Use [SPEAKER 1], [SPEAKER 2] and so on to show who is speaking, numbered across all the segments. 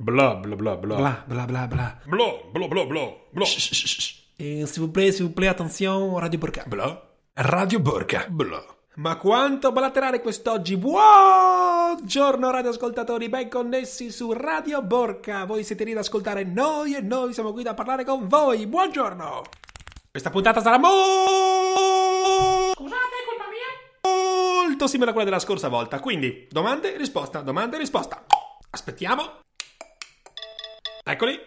[SPEAKER 1] Bla bla bla bla.
[SPEAKER 2] Bla, bla, bla, bla.
[SPEAKER 1] Bla bla bla bla. Bla.
[SPEAKER 2] Chut, chut, chut. Et Eh, s'il vous plaît, s'il vous plaît, attention, Radio Burka.
[SPEAKER 1] Bla
[SPEAKER 2] Radio Burka.
[SPEAKER 1] bla.
[SPEAKER 2] Ma quanto balaterare quest'oggi? Buongiorno radioascoltatori, ben connessi su Radio Borca. Voi siete lì ad ascoltare noi e noi siamo qui da parlare con voi. Buongiorno! Questa puntata sarà mo- molto simile a quella della scorsa volta, quindi domande, risposta, domande, risposta. Aspettiamo. Eccoli.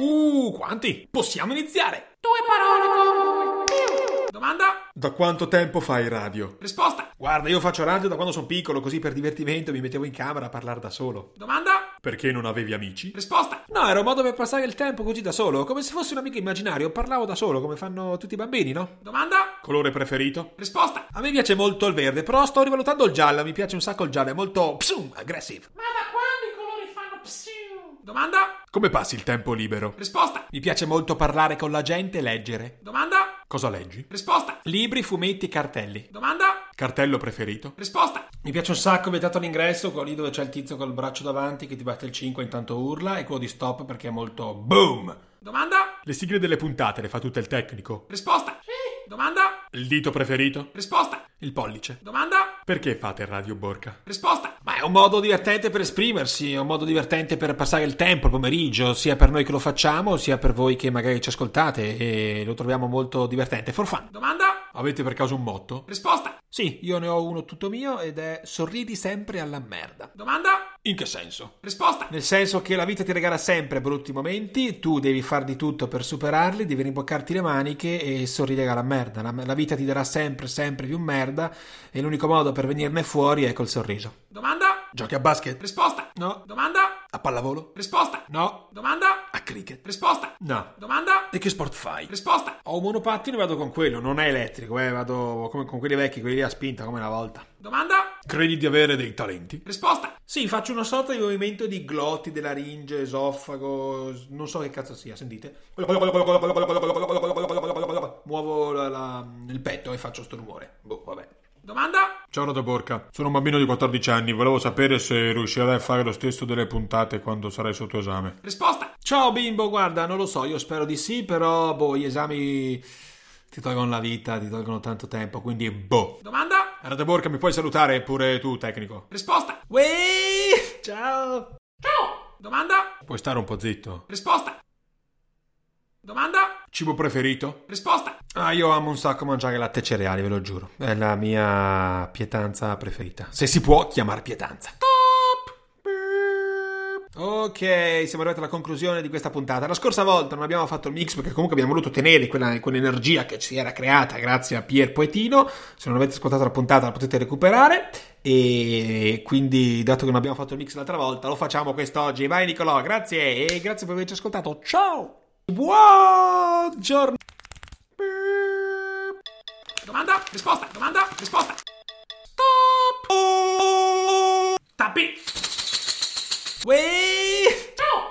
[SPEAKER 2] Uh, quanti? Possiamo iniziare. Due parole con Domanda.
[SPEAKER 1] Da quanto tempo fai radio?
[SPEAKER 2] Risposta! Guarda, io faccio radio da quando sono piccolo, così per divertimento mi mettevo in camera a parlare da solo. Domanda?
[SPEAKER 1] Perché non avevi amici?
[SPEAKER 2] Risposta! No, era un modo per passare il tempo così da solo, come se fossi un amico immaginario, parlavo da solo, come fanno tutti i bambini, no? Domanda?
[SPEAKER 1] Colore preferito?
[SPEAKER 2] Risposta! A me piace molto il verde, però sto rivalutando il giallo, mi piace un sacco il giallo, è molto psum, aggressive.
[SPEAKER 3] Ma da quando i colori fanno psiu?
[SPEAKER 2] Domanda?
[SPEAKER 1] Come passi il tempo libero?
[SPEAKER 2] Risposta! Mi piace molto parlare con la gente e leggere. Domanda?
[SPEAKER 1] Cosa leggi?
[SPEAKER 2] Risposta! Libri, fumetti e cartelli. Domanda?
[SPEAKER 1] Cartello preferito?
[SPEAKER 2] Risposta! Mi piace un sacco vietato all'ingresso, quello lì dove c'è il tizio col braccio davanti che ti batte il 5 intanto urla e quello di stop perché è molto boom. Domanda?
[SPEAKER 1] Le sigle delle puntate le fa tutto il tecnico?
[SPEAKER 2] Risposta! Sì. Domanda?
[SPEAKER 1] Il dito preferito?
[SPEAKER 2] Risposta! Il pollice. Domanda?
[SPEAKER 1] Perché fate radio borca?
[SPEAKER 2] Risposta! Ma è un modo divertente per esprimersi, è un modo divertente per passare il tempo, il pomeriggio, sia per noi che lo facciamo, sia per voi che magari ci ascoltate e lo troviamo molto divertente. For fun. Domanda?
[SPEAKER 1] Avete per caso un motto?
[SPEAKER 2] Risposta! Sì, io ne ho uno tutto mio ed è sorridi sempre alla merda. Domanda?
[SPEAKER 1] In che senso?
[SPEAKER 2] Risposta. Nel senso che la vita ti regala sempre brutti momenti, tu devi far di tutto per superarli, devi rimboccarti le maniche e sorridere alla merda. La, la vita ti darà sempre, sempre più merda e l'unico modo per venirne fuori è col sorriso. Domanda?
[SPEAKER 1] Giochi a basket?
[SPEAKER 2] Risposta. No. Domanda?
[SPEAKER 1] A pallavolo?
[SPEAKER 2] Risposta.
[SPEAKER 1] No.
[SPEAKER 2] Domanda?
[SPEAKER 1] A cricket?
[SPEAKER 2] Risposta.
[SPEAKER 1] No.
[SPEAKER 2] Domanda?
[SPEAKER 1] E che sport fai?
[SPEAKER 2] Risposta.
[SPEAKER 1] Ho un monopattino e vado con quello, non è elettrico, eh, vado come con quelli vecchi, quelli a spinta come una volta.
[SPEAKER 2] Domanda?
[SPEAKER 1] Credi di avere dei talenti?
[SPEAKER 2] Risposta. Sì, faccio una sorta di movimento di glotti, della laringe, esofago, s- non so che cazzo sia, sentite. Muovo la- la- il petto e faccio sto rumore. Boh, vabbè. Domanda?
[SPEAKER 1] Ciao Radio Borca, sono un bambino di 14 anni, volevo sapere se riuscirai a fare lo stesso delle puntate quando sarai sotto esame.
[SPEAKER 2] Risposta. Ciao bimbo, guarda, non lo so, io spero di sì, però boh, gli esami ti tolgono la vita, ti tolgono tanto tempo, quindi boh. Domanda?
[SPEAKER 1] Radio Borca, mi puoi salutare pure tu, tecnico?
[SPEAKER 2] Risposta. Ueeeh, ciao.
[SPEAKER 3] Ciao!
[SPEAKER 2] Domanda?
[SPEAKER 1] Puoi stare un po' zitto?
[SPEAKER 2] Risposta. Domanda?
[SPEAKER 1] Cibo preferito?
[SPEAKER 2] Risposta. Ah, io amo un sacco mangiare latte e cereali, ve lo giuro. È la mia pietanza preferita. Se si può chiamare pietanza. Ok, siamo arrivati alla conclusione di questa puntata. La scorsa volta non abbiamo fatto il mix perché comunque abbiamo voluto tenere quella, quell'energia che si era creata grazie a Pier Poetino. Se non avete ascoltato la puntata la potete recuperare. E quindi, dato che non abbiamo fatto il mix l'altra volta, lo facciamo quest'oggi. Vai Nicolò, grazie e grazie per averci ascoltato. Ciao! Buongiorno! Domanda, risposta, domanda, risposta. Stop! Tappi! Wait!
[SPEAKER 3] Ciao!